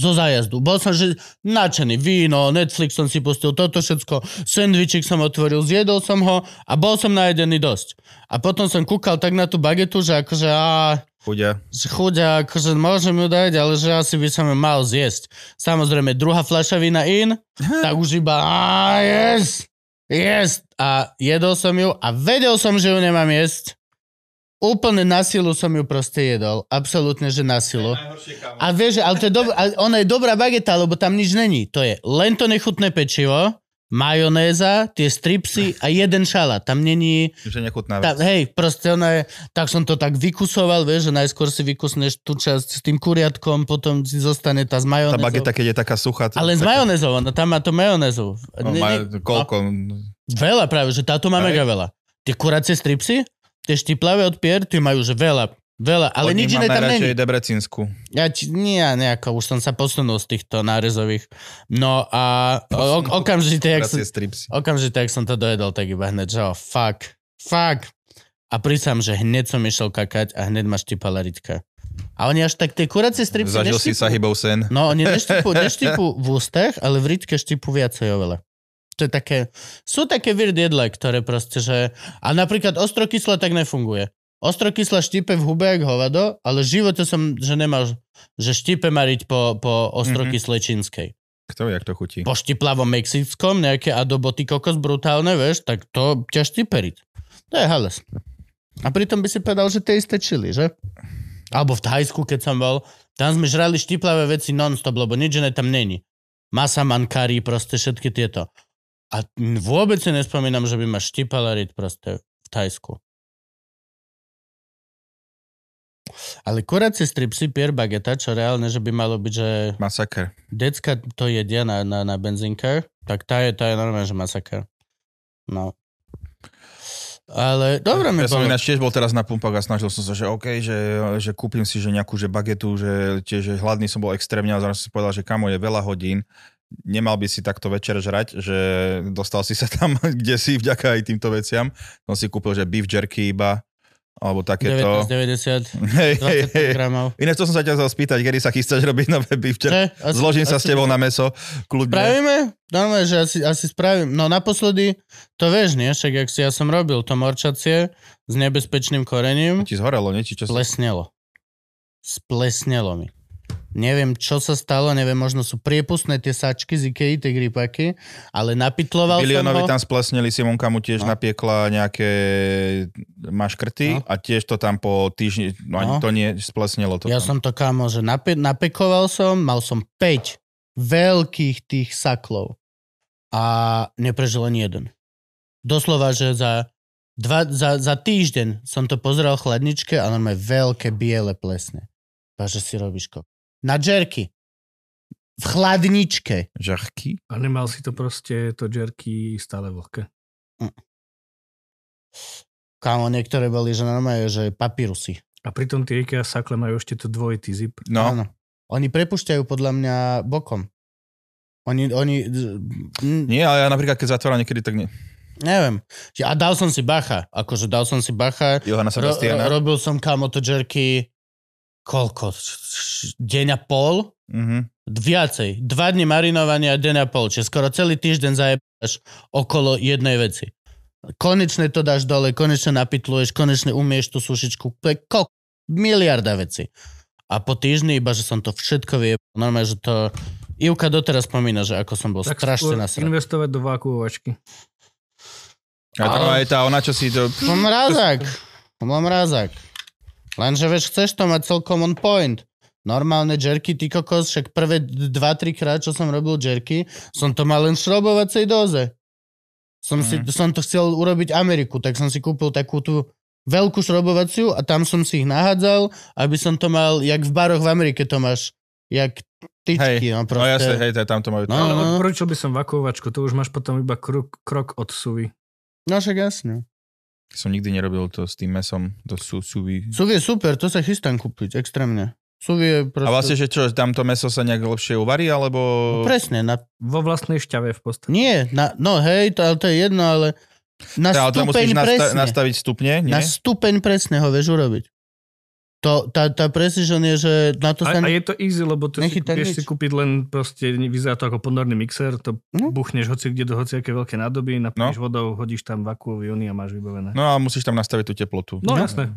Speaker 3: Zo zájazdu. Bol som že nadšený. Víno, Netflix som si pustil, toto všetko. Sendvičik som otvoril, zjedol som ho a bol som najedený dosť. A potom som kúkal tak na tú bagetu, že akože á,
Speaker 2: Chudia.
Speaker 3: že chudia, akože môžem ju dať, ale že asi by som ju mal zjesť. Samozrejme, druhá fľaša vína in, tak už iba a yes, yes. A jedol som ju a vedel som, že ju nemám jesť. Úplne na silu som ju proste jedol. Absolútne, že na silu. A vieš, že- ale to je dobrá, ona je dobrá bageta, lebo tam nič není. To je len to nechutné pečivo, majonéza, tie stripsy a jeden šalát. Tam není...
Speaker 2: Že nechutná
Speaker 3: Tá,
Speaker 2: vec.
Speaker 3: hej, proste ona je, tak som to tak vykusoval, vieš, že najskôr si vykusneš tú časť s tým kuriatkom, potom si zostane tá
Speaker 2: Tá
Speaker 3: s majonézou.
Speaker 2: bageta, keď je taká suchá. t-
Speaker 3: Ale s
Speaker 2: taká-
Speaker 3: majonézou, ona tam má to majonézu.
Speaker 2: No,
Speaker 3: Ne-
Speaker 2: ma,
Speaker 3: ne-
Speaker 2: koľko?
Speaker 3: Veľa práve, že táto má
Speaker 2: Hej.
Speaker 3: mega veľa. Tie kuracie stripsy, tie štiplavé od pier, tie majú že veľa, veľa, ale
Speaker 2: Od nich
Speaker 3: nič
Speaker 2: mám
Speaker 3: iné tam
Speaker 2: najradšej
Speaker 3: není.
Speaker 2: Debrecínsku.
Speaker 3: Ja, ti- nie, ja nejako, už som sa posunul z týchto nárezových. No a
Speaker 2: [laughs]
Speaker 3: o,
Speaker 2: Posunul.
Speaker 3: okamžite, jak som,
Speaker 2: Debrecí stripsy.
Speaker 3: Okamžite, ak som to dojedol, tak iba hneď, že oh, fuck, fuck. A prísam, že hneď som išiel kakať a hneď ma štipala Ritka. A oni až tak tie kuracie stripsy
Speaker 2: Zažil si sa hybou sen.
Speaker 3: No, oni neštipu, neštipu v ústach, ale v Ritke štipu viacej oveľa. To je také, sú také weird jedla, ktoré proste, že... A napríklad ostrokyslé tak nefunguje. Ostrokyslá štípe v hube jak hovado, ale v živote som, že nemáš, že štípe mariť po, po
Speaker 2: Mhm.
Speaker 3: ostrokyslej čínskej
Speaker 2: Kto vie, jak to chutí?
Speaker 3: po štiplavom Mexickom, nejaké adoboty kokos brutálne, vieš, tak to ťa štiperiť. To je hales. A pritom by si povedal, že tie isté čili, že? Alebo v Thajsku, keď som bol, tam sme žrali štiplavé veci non-stop, lebo nič iné tam není. Masa mankari, proste všetky tieto. A vôbec si nespomínam, že by ma štipala riť proste v Thajsku. Ale kuracie stripsy, pier bageta, čo reálne, že by malo byť, že
Speaker 2: Masaker.
Speaker 3: decka to jedia na, na, na benzinke, tak tá je, tá je normálne, že masaker. No. Ale dobre mi
Speaker 2: Ja som
Speaker 3: bolo.
Speaker 2: ináč tiež bol teraz na pumpách a snažil som sa, že OK, že, že kúpim si že nejakú že bagetu, že tiež že hladný som bol extrémne a zrazu som si povedal, že kamo je veľa hodín, nemal by si takto večer žrať, že [laughs] dostal si sa tam, kde si, vďaka aj týmto veciam. Som si kúpil, že beef jerky iba alebo takéto.
Speaker 3: 1990,
Speaker 2: Hej, hej,
Speaker 3: 25
Speaker 2: hej.
Speaker 3: gramov.
Speaker 2: Ináč to som sa ťa chcel spýtať, kedy sa chystáš robiť nové bifče.
Speaker 3: Ne, asi-
Speaker 2: Zložím sa s
Speaker 3: asi
Speaker 2: tebou na meso, kľudne.
Speaker 3: Spravíme? Normálne, že asi, asi spravím. No naposledy, to vieš, nie? Však, jak si ja som robil to morčacie s nebezpečným korením,
Speaker 2: Ti zhorelo, nie? Či čo? sa-
Speaker 3: splesnelo. Splesnelo mi. Neviem, čo sa stalo, neviem, možno sú priepustné tie sačky z Ikei, tie gripaky, ale napitloval
Speaker 2: Bilionovi
Speaker 3: som ho.
Speaker 2: tam splesnili, Simonka mu tiež
Speaker 3: No.
Speaker 2: napiekla nejaké maškrty
Speaker 3: No.
Speaker 2: a tiež to tam po týždni, no ani
Speaker 3: No.
Speaker 2: to nie, splesnilo to
Speaker 3: Ja
Speaker 2: tam.
Speaker 3: som to kámo, že nape- napekoval som, mal som 5 veľkých tých saklov a neprežil len jeden. Doslova, že za, dva, za, za týždeň som to pozeral v chladničke a normálne veľké biele plesne. Páže si robíš kok. Na džerky. V chladničke.
Speaker 2: Žachky?
Speaker 1: A nemal si to proste, to jerky stále vlhké.
Speaker 3: Kámo, niektoré boli, že normálne, že papírusy.
Speaker 1: A pritom tie IKEA sakle majú ešte to dvojitý zip.
Speaker 2: No,
Speaker 3: Áno. Oni prepušťajú podľa mňa bokom. Oni, oni... mm,
Speaker 2: nie, ale ja napríklad, keď zatváram niekedy, tak nie.
Speaker 3: Neviem. Že- A dal som si bacha. Akože dal som si bacha.
Speaker 2: Johana
Speaker 3: Ro- ro-
Speaker 2: Sebastiana.
Speaker 3: robil som kamo to jerky koľko? Š- š- Deň a pol?
Speaker 2: Mhm.
Speaker 3: Viacej. Dva dni marinovania a deň a pol. Čiže skoro celý týždeň zajebáš okolo jednej veci. Konečne to dáš dole, konečne napitluješ, konečne umieš tú sušičku. To je kok- miliarda veci. A po týždni iba, že som to všetko vie. Normálne, že to... Ivka doteraz spomína, že ako som bol
Speaker 1: Tak
Speaker 3: strašne
Speaker 1: skôr
Speaker 3: nasraný.
Speaker 1: investovať do vákuovačky.
Speaker 2: A to
Speaker 3: Ale-
Speaker 2: aj tá ona, čo si to... No,
Speaker 3: Mám mrázak. Mám mrázak. Lenže vieš, chceš to mať celkom on point. Normálne jerky, ty kokos, však prvé 2-3 krát, čo som robil jerky, som to mal len v šrobovacej doze. Som, si,
Speaker 2: Mhm.
Speaker 3: som to chcel urobiť Ameriku, tak som si kúpil takú tú veľkú šrobovaciu a tam som si ich nahádzal, aby som to mal, jak v baroch v Amerike to máš, jak tyčky, no
Speaker 2: No jasne,
Speaker 3: proste.
Speaker 2: hej, to- tam to majú.
Speaker 3: No.
Speaker 1: Ale odporúčil by som vakuovačku, to už máš potom iba krok, krok od suvy.
Speaker 3: No však jasne.
Speaker 2: Som nikdy nerobil to s tým mesom, to sú súvi.
Speaker 3: Suvi je super, to sa chystám kúpiť, extrémne. Suvi je proste...
Speaker 2: A vlastne, že čo, tam to meso sa nejak lepšie uvarí, alebo...
Speaker 3: No Presne, na
Speaker 1: Vo vlastnej šťave v podstate.
Speaker 3: Nie, na, no hej, to, ale to je jedno, ale
Speaker 2: Tá,
Speaker 3: na
Speaker 2: Teda, ale tam
Speaker 3: stupeň
Speaker 2: musíš nasta-
Speaker 3: presne.
Speaker 2: nastaviť stupne, nie?
Speaker 3: na stupeň presne ho vieš urobiť. To, tá, tá precision je, že na to
Speaker 1: A, a
Speaker 3: sa... ne-
Speaker 1: je to easy, lebo to si,
Speaker 3: nechytá
Speaker 1: vieš
Speaker 3: nič.
Speaker 1: si kúpiť len proste, vyzerá to ako ponorný mixer, to
Speaker 3: No.
Speaker 1: buchneš hoci kde do hociaké veľké nádoby, napíš vodou, hodíš tam vakuový jony a máš vybavené.
Speaker 2: No a musíš tam nastaviť tú teplotu.
Speaker 1: No,
Speaker 3: No.
Speaker 1: jasné.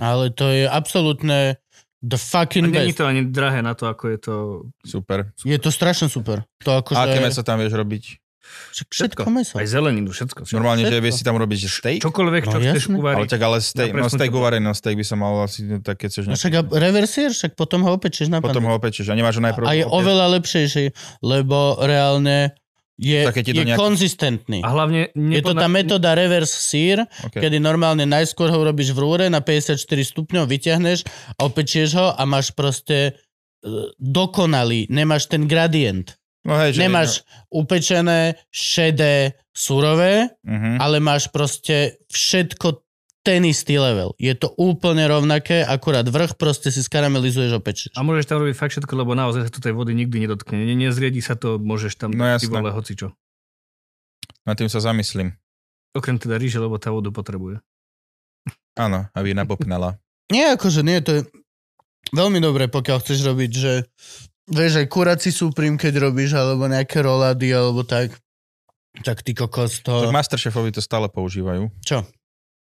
Speaker 3: Ale to je absolútne the
Speaker 1: A
Speaker 3: fucking
Speaker 1: není
Speaker 3: best. To...
Speaker 1: to ani drahé na to, ako je to...
Speaker 2: Super.
Speaker 3: Je to strašne super. To akože...
Speaker 2: A aké meso tam vieš robiť?
Speaker 3: Však Všetko
Speaker 1: Všetko.
Speaker 3: meso.
Speaker 1: Aj zeleninu, všetko. všetko.
Speaker 2: Normálne, že
Speaker 3: Všetko.
Speaker 2: vieš si tam robiť steak?
Speaker 1: Čokoľvek, čo
Speaker 3: No,
Speaker 1: chceš
Speaker 3: jasné.
Speaker 2: Ale
Speaker 1: uvariť.
Speaker 2: tak ale steak,
Speaker 1: Na
Speaker 2: no
Speaker 1: presnú
Speaker 2: steak
Speaker 1: teplotu.
Speaker 2: uvarený, no steak by sa mal asi tak, keď chceš
Speaker 3: No
Speaker 2: nejaký...
Speaker 3: však a reversier, však potom ho opečieš na
Speaker 2: Potom ho
Speaker 3: pandu.
Speaker 2: opečieš a nemáš ho najprv...
Speaker 3: A je
Speaker 2: opäť-
Speaker 3: oveľa lepšejší, lebo reálne je,
Speaker 2: Tak keď ti
Speaker 3: je
Speaker 2: to nejak-
Speaker 3: konzistentný.
Speaker 1: A hlavne...
Speaker 3: Je to tá
Speaker 1: nepodna-
Speaker 3: metóda reverse sear,
Speaker 2: OK.
Speaker 3: kedy normálne najskôr ho robíš v rúre na 54 stupňov, vyťahneš a opečieš ho a máš proste e, dokonalý, nemáš ten gradient.
Speaker 2: No hej, že...
Speaker 3: Nemáš upečené, šedé, surové,
Speaker 2: Mhm.
Speaker 3: ale máš proste všetko ten istý level. Je to úplne rovnaké, akurát vrch proste si skaramelizuješ, opečieš.
Speaker 1: A môžeš tam robiť fakt všetko, lebo naozaj sa to tej vody nikdy nedotkne. Ne, nezriedi sa to, môžeš tam
Speaker 2: No
Speaker 1: ty
Speaker 2: jasné.
Speaker 1: vole hocičo.
Speaker 2: Nad tým sa zamyslím.
Speaker 1: Okrem teda ríže, lebo tá vodu potrebuje.
Speaker 2: Áno, aby
Speaker 3: [laughs]
Speaker 2: nabopnala.
Speaker 3: Nie, akože nie, to je veľmi dobré, pokiaľ chceš robiť, že vieš, aj kurací súprim, keď robíš, alebo nejaké rolády, alebo tak. Tak ty kokos
Speaker 2: Tak
Speaker 3: to...
Speaker 2: Masterchefovi to stále používajú.
Speaker 3: Čo?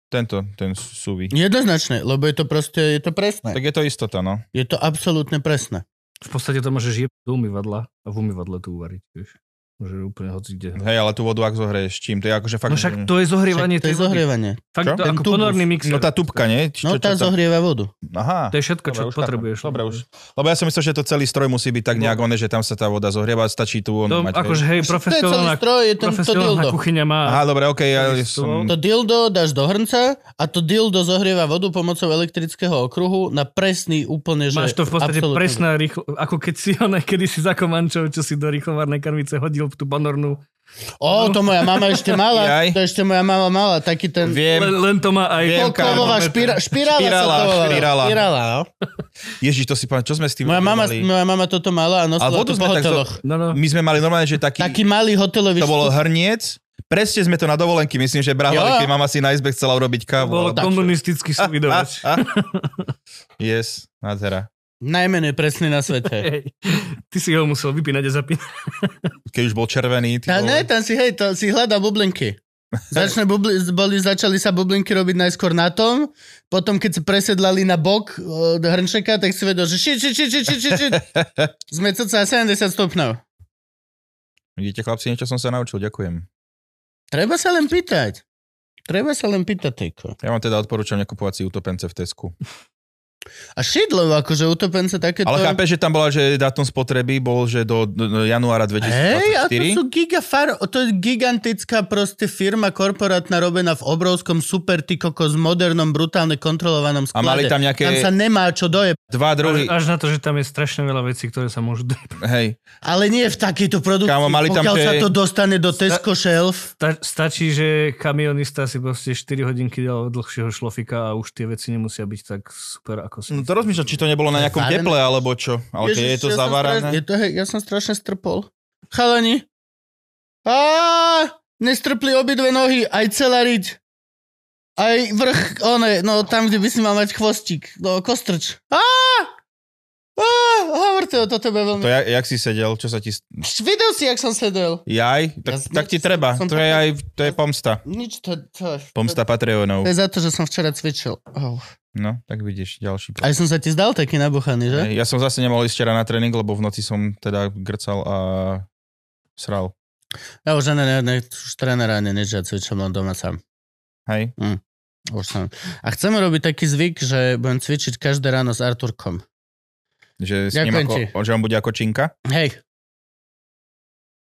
Speaker 2: Tento, ten suvi.
Speaker 3: Jednoznačné, lebo je to proste, je to
Speaker 2: Tak
Speaker 3: presné.
Speaker 2: je to istota, no.
Speaker 3: Je to absolútne presné.
Speaker 1: V podstate to môžeš jebať do umývadla a v umývadle to uvariť. Vieš. Môže úplne hoci kde.
Speaker 2: Hej, ale tú vodu ak zohreješ čím, to je akože No, fakt...
Speaker 1: No však to je zohrievanie
Speaker 3: Však to
Speaker 1: tej
Speaker 3: je
Speaker 1: vody.
Speaker 3: zohrievanie.
Speaker 1: Fakt
Speaker 2: Čo?
Speaker 1: to
Speaker 3: Ten
Speaker 1: ako
Speaker 3: tubus.
Speaker 1: ponorný mixer.
Speaker 2: No tá tubka, nie? Či-
Speaker 3: No
Speaker 2: čo-
Speaker 3: tá
Speaker 2: čo-
Speaker 3: zohrieva vodu.
Speaker 2: Aha.
Speaker 1: To je všetko, čo
Speaker 2: Dobre, už
Speaker 1: potrebuješ.
Speaker 2: chápem. Dobre, už. Lebo ja som myslel, že to celý stroj musí byť tak nejak oné, že tam sa tá voda zohrieva, stačí tu on
Speaker 1: To,
Speaker 2: mať.
Speaker 1: akože
Speaker 2: vieš.
Speaker 1: hej,
Speaker 3: To je celý
Speaker 1: profesionálna,
Speaker 3: stroj, je ten, to
Speaker 1: profesionálna
Speaker 3: dildo.
Speaker 1: kuchyňa má...
Speaker 2: Aha, dobre, okej, ja
Speaker 1: Celý
Speaker 2: som...
Speaker 1: stroj.
Speaker 3: To dildo dáš do hrnca a to dildo zohrieva vodu pomocou elektrického okruhu na presný úplne, že...
Speaker 1: Máš to v podstate
Speaker 3: absolútne-
Speaker 1: presná rýchlo, ako keď si ona kedy si za komančov, čo si do rýchlovárnej karmice hodil tú banornú.
Speaker 3: Ó, to moja mama ešte mala,
Speaker 2: Jaj.
Speaker 3: to ešte moja mama mala, taký ten...
Speaker 2: Viem,
Speaker 1: Len, len to má aj...
Speaker 2: Viem,
Speaker 3: Poklavová
Speaker 2: Karlo.
Speaker 3: špira, špirála,
Speaker 2: Špirála,
Speaker 3: špirála, sa to volalo.
Speaker 2: špirála.
Speaker 3: špirála no.
Speaker 2: Ježiš, to si pamätám, čo sme s tým
Speaker 3: moja, mama,
Speaker 2: robili?
Speaker 3: moja mama toto
Speaker 2: A
Speaker 3: mala a nosila
Speaker 2: vodu
Speaker 3: to
Speaker 2: sme
Speaker 3: po
Speaker 2: tak... zo-
Speaker 3: hoteloch.
Speaker 1: No, no.
Speaker 2: My sme mali normálne, že taký...
Speaker 3: Taký malý hotelový
Speaker 2: To bolo
Speaker 3: štup.
Speaker 2: hrniec, Presne sme to na dovolenky, myslím, že
Speaker 3: Jo.
Speaker 2: brávali, keď mama si na izbe chcela urobiť kávu.
Speaker 1: Bolo
Speaker 2: alebo-
Speaker 1: komunistický
Speaker 2: A, [laughs]
Speaker 1: svidovač.
Speaker 2: a. Yes, nádhera.
Speaker 3: Najmenej presný na
Speaker 2: [laughs]
Speaker 3: svete.
Speaker 1: Hej. Ty si ho musel vypínať a zapínať.
Speaker 2: Keď už bol červený, ty
Speaker 3: Tá,
Speaker 2: vole.
Speaker 3: ne, tam si, hej, No, to, si hľadá
Speaker 2: [laughs]
Speaker 3: bublinky. Začne bubli, boli, začali sa bublinky robiť najskôr na tom, potom keď sa presedlali na bok e, do hrnčeka, tak si vedel, že šit, šit, šit, šit, šit, šit,
Speaker 2: [laughs]
Speaker 3: šit. Sme cca 70 stupňov.
Speaker 2: Vidíte, chlapci, niečo som sa naučil, ďakujem.
Speaker 3: Treba sa len pýtať. Treba sa len pýtať, tejko.
Speaker 2: Ja vám teda odporúčam nekupovať si utopence v Tesku.
Speaker 3: A šidlo, akože utopence takéto...
Speaker 2: Ale chápeš, že tam bola, že dátum spotreby bol, že do, do, do januára 2024?
Speaker 3: Hej, a to sú gigafar, to je gigantická proste firma korporátna robená v obrovskom super tykoko s modernom, brutálne kontrolovanom
Speaker 2: A mali
Speaker 3: sklade.
Speaker 2: tam nejaké
Speaker 3: tam sa nemá čo doje.
Speaker 2: dva druhy.
Speaker 1: Až, až na to, že tam je strašne veľa vecí, ktoré sa môžu... [laughs] dojebať.
Speaker 2: Hej.
Speaker 3: Ale nie v takejto produkcii,
Speaker 2: Kámo, mali tam
Speaker 3: pokiaľ
Speaker 2: tie-
Speaker 3: sa to dostane do Tesco Shelf.
Speaker 1: Sta- stačí, že kamionista si proste 4 hodinky dal dlhšieho šlofika a už tie veci nemusia byť tak super, ako si...
Speaker 2: No to rozmýšľam, či to nebolo na nejakom
Speaker 3: Zároveň-
Speaker 2: teple, alebo čo. Ale keď je to
Speaker 3: ja som strašne-
Speaker 2: zavárané.
Speaker 3: Je to, hej, ja som strašne strpol. Chalani. Á, nestrpli obidve nohy, aj celá riť. Aj vrch, one, no tam, kde by si mal mať chvostík. No, kostrč. Á! Á, hovorte o to tebe veľmi.
Speaker 2: To ja, jak si sedel, čo sa ti... s-
Speaker 3: Videl si, jak som sedel.
Speaker 2: Jaj? Tak,
Speaker 3: Ja som-
Speaker 2: tak ti treba.
Speaker 3: som-
Speaker 2: To je aj, to je pomsta.
Speaker 3: Nič to... to
Speaker 2: Pomsta
Speaker 3: To
Speaker 2: Patreonov.
Speaker 3: je za to, že som včera cvičil. Oh.
Speaker 2: No, tak vidíš, ďalší.
Speaker 3: Aj som sa ti zdal taký nabuchaný, že?
Speaker 2: Ja som zase nemohol ísť včera na tréning, lebo v noci som teda grcal a sral.
Speaker 3: Ja už ne, ne, ne, už trénera ani nič, ja cvičím len doma sám.
Speaker 2: Hej?
Speaker 3: Už som. A chceme robiť taký zvyk, že budem cvičiť každé ráno s Arturkom.
Speaker 2: Že, s ním
Speaker 3: Ďakujem ti.
Speaker 2: ako, že on bude ako činka. [laughs]
Speaker 3: Hej.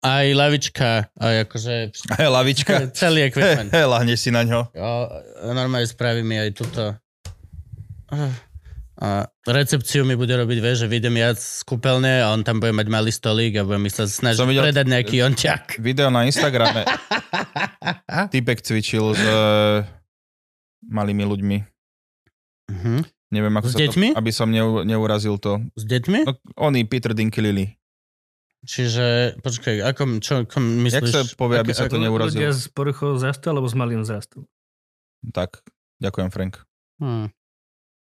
Speaker 3: Aj lavička, aj akože
Speaker 2: Hej, lavička.
Speaker 3: [laughs]
Speaker 2: Hej,
Speaker 3: celý equipment.
Speaker 2: hej, lahneš si na ňo.
Speaker 3: Jo, normálne spraví mi aj túto. A recepciu mi bude robiť, vieš, že vyjdem ja z kúpeľne a on tam bude mať malý stolík a budem sa snažiť
Speaker 2: Som videl-
Speaker 3: predať
Speaker 2: [laughs]
Speaker 3: nejaký onťak.
Speaker 2: Video na
Speaker 3: [laughs]
Speaker 2: Instagrame. Typek cvičil s e, malými ľuďmi.
Speaker 3: Mhm.
Speaker 2: Neviem, ako sa
Speaker 3: S deťmi?
Speaker 2: to... Aby som neu, neurazil to.
Speaker 3: S deťmi?
Speaker 2: No, oni, Peter Dinkilili.
Speaker 3: Čiže, počkaj, ako, čo,
Speaker 2: Jak
Speaker 3: ako myslíš?
Speaker 2: sa povie, aby sa
Speaker 1: Ako
Speaker 2: to neurazil?
Speaker 1: Ľudia z poruchou zrastu alebo s malým zrastom?
Speaker 2: Tak, ďakujem, Frank.
Speaker 3: Hm.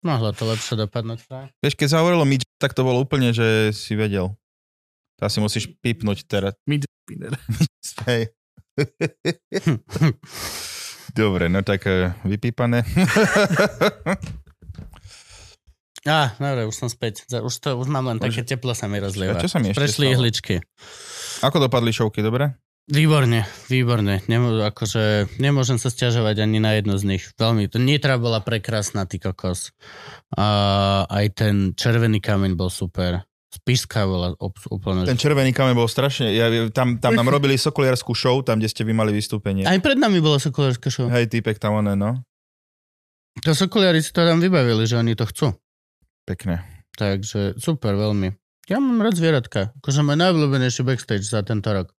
Speaker 3: Mohlo to lepšie dopadnúť. Frank.
Speaker 2: Vieš, keď zahovorilo mi, tak to bolo úplne, že si vedel. To asi musíš pipnúť teraz.
Speaker 1: Piner.
Speaker 2: [laughs] Hej. Dobre, no tak e, vypípané.
Speaker 3: Á, dobre, už som späť. Za- Už, to, už mám len také teplo sa mi
Speaker 2: A
Speaker 3: rozlieva.
Speaker 2: čo sa mi ešte
Speaker 3: Prešli
Speaker 2: stalo?
Speaker 3: ihličky.
Speaker 2: Ako dopadli šovky, dobre?
Speaker 3: Výborne, výborne. Nemô, akože, nemôžem sa stiažovať ani na jednu z nich. Veľmi, to Nitra bola prekrásna, ty kokos. A aj ten červený kameň bol super. Spišská bola ob, úplne...
Speaker 2: Ten červený kameň bol strašne... Ja, tam, tam nám robili sokoliarskú show, tam, kde ste vy mali vystúpenie.
Speaker 3: Aj pred nami bola sokolárska show.
Speaker 2: Hej, týpek tam oné, no.
Speaker 3: To sokoliari si to tam vybavili, že oni to chcú.
Speaker 2: Pekné.
Speaker 3: Takže super, veľmi. Ja mám rád zvieratka. Akože môj najobľúbenejší backstage za tento rok.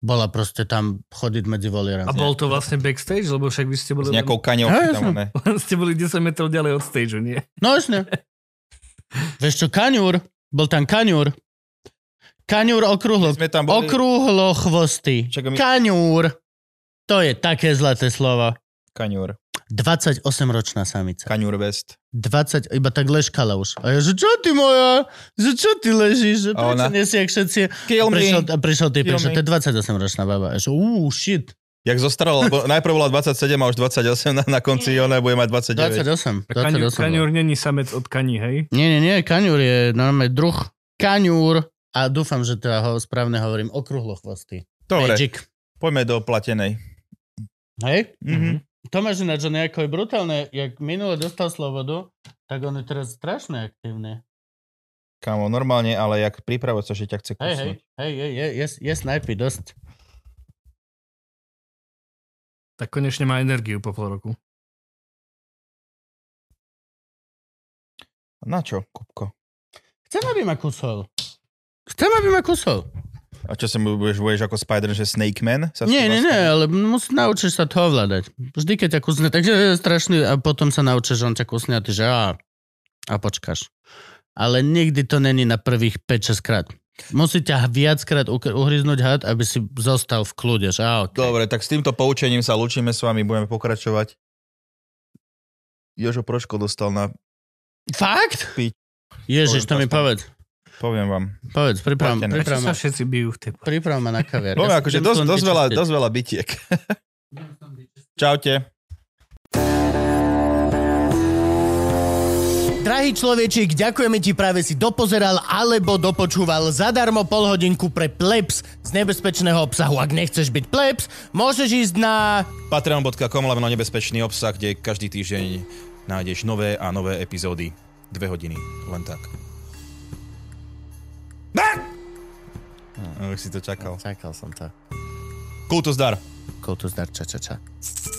Speaker 3: Bola proste tam chodiť medzi volierami.
Speaker 1: A bol to vlastne backstage, lebo však vy ste
Speaker 2: S
Speaker 1: boli...
Speaker 2: nejakou kaňou
Speaker 3: Hej,
Speaker 2: tam
Speaker 3: jasne.
Speaker 2: oné.
Speaker 1: len [laughs] ste boli 10 metrov ďalej od stage, nie?
Speaker 2: [laughs]
Speaker 3: No jasne. Vieš čo, kaňur, bol tam kaňur. Kaňur okrúhlo,
Speaker 2: Sme tam boli...
Speaker 3: okrúhlo chvosty.
Speaker 2: Čakaj, my-
Speaker 3: Kaňur. To je také zlaté slovo.
Speaker 2: Kaňur.
Speaker 3: 28-ročná samica.
Speaker 2: Kaňur West.
Speaker 3: 20, iba tak ležkala už. A ja, že čo ty moja? Že čo ty ležíš? Že
Speaker 2: A
Speaker 3: prečo
Speaker 2: ona-
Speaker 3: nie si jak všetci?
Speaker 2: Kill
Speaker 3: Prišiel, a prišiel ty,
Speaker 2: Kill
Speaker 3: prišiel,
Speaker 2: me.
Speaker 3: to je 28-ročná baba. A že uú, shit.
Speaker 2: Jak zostarala,
Speaker 3: [laughs]
Speaker 2: lebo najprv bola 27 a už 28 na, na konci ona bude mať 29.
Speaker 3: 28. 28
Speaker 1: Kaňur,
Speaker 3: bol.
Speaker 1: kaňur není samec od kaní, hej?
Speaker 3: Nie, nie, nie, kaňur je normálne druh. Kaňur. A dúfam, že teda ho správne hovorím. Okrúhlo chvosty.
Speaker 2: Dobre,
Speaker 3: Magic.
Speaker 2: poďme do platenej.
Speaker 3: Hej?
Speaker 2: Mhm.
Speaker 3: Tomáš ináč, on je ako je brutálne, jak minule dostal slobodu, tak on je teraz strašne aktívny.
Speaker 2: Kámo, normálne, ale jak pripravať sa, že ťa chce
Speaker 3: Hej, hej,
Speaker 2: kusnúť.
Speaker 3: hej, je, je, je, je snajpy dosť.
Speaker 1: Tak konečne má energiu po pol roku.
Speaker 2: Na čo, Kupko?
Speaker 3: Chcem, aby ma kusol. Chcem, aby ma kusol.
Speaker 2: A čo sa mu budeš, budeš ako Spider, že Snake Man? Sa
Speaker 3: Nie,
Speaker 2: s tým
Speaker 3: nie, nie,
Speaker 2: dostane?
Speaker 3: ale musí, naučíš sa to ovládať. Vždy, keď ťa kusne, takže je strašný a potom sa naučíš, že on ťa kusne a ty že a, a počkáš. Ale nikdy to není na prvých 5-6 krát. Musí ťa viackrát ukr- uhryznúť had, aby si zostal v kľude. Že? Á, okay.
Speaker 2: Dobre, tak s týmto poučením sa lučíme s vami, budeme pokračovať. Jožo Proško dostal na...
Speaker 3: Fakt?
Speaker 2: Piť.
Speaker 3: Ježiš,
Speaker 2: Poviem to
Speaker 3: to mi
Speaker 2: aspoň.
Speaker 3: povedz.
Speaker 2: Poviem vám.
Speaker 3: Povedz, priprav,
Speaker 2: Platené.
Speaker 1: Prečo
Speaker 3: priprav,
Speaker 1: sa
Speaker 3: ma,
Speaker 1: všetci bijú v tej
Speaker 3: priprav ma na kaviar.
Speaker 2: Poviem,
Speaker 3: Ja
Speaker 2: akože
Speaker 3: idem
Speaker 2: dosť,
Speaker 3: tu len
Speaker 2: dosť, veľa,
Speaker 3: vyčistiť.
Speaker 2: dosť veľa bitiek. Čaute.
Speaker 4: Drahý človečik, ďakujeme ti práve si dopozeral alebo dopočúval zadarmo pol hodinku pre plebs z nebezpečného obsahu. Ak nechceš byť plebs, môžeš ísť na...
Speaker 5: Patreon.com lomeno nebezpečný obsah, kde každý týždeň nájdeš nové a nové epizódy. Dve hodiny, len tak.
Speaker 2: Už si to čakal.
Speaker 5: Hm,
Speaker 4: Čakal som to.
Speaker 5: Kultus dar!
Speaker 4: Koto zdar, ča, ča, ča.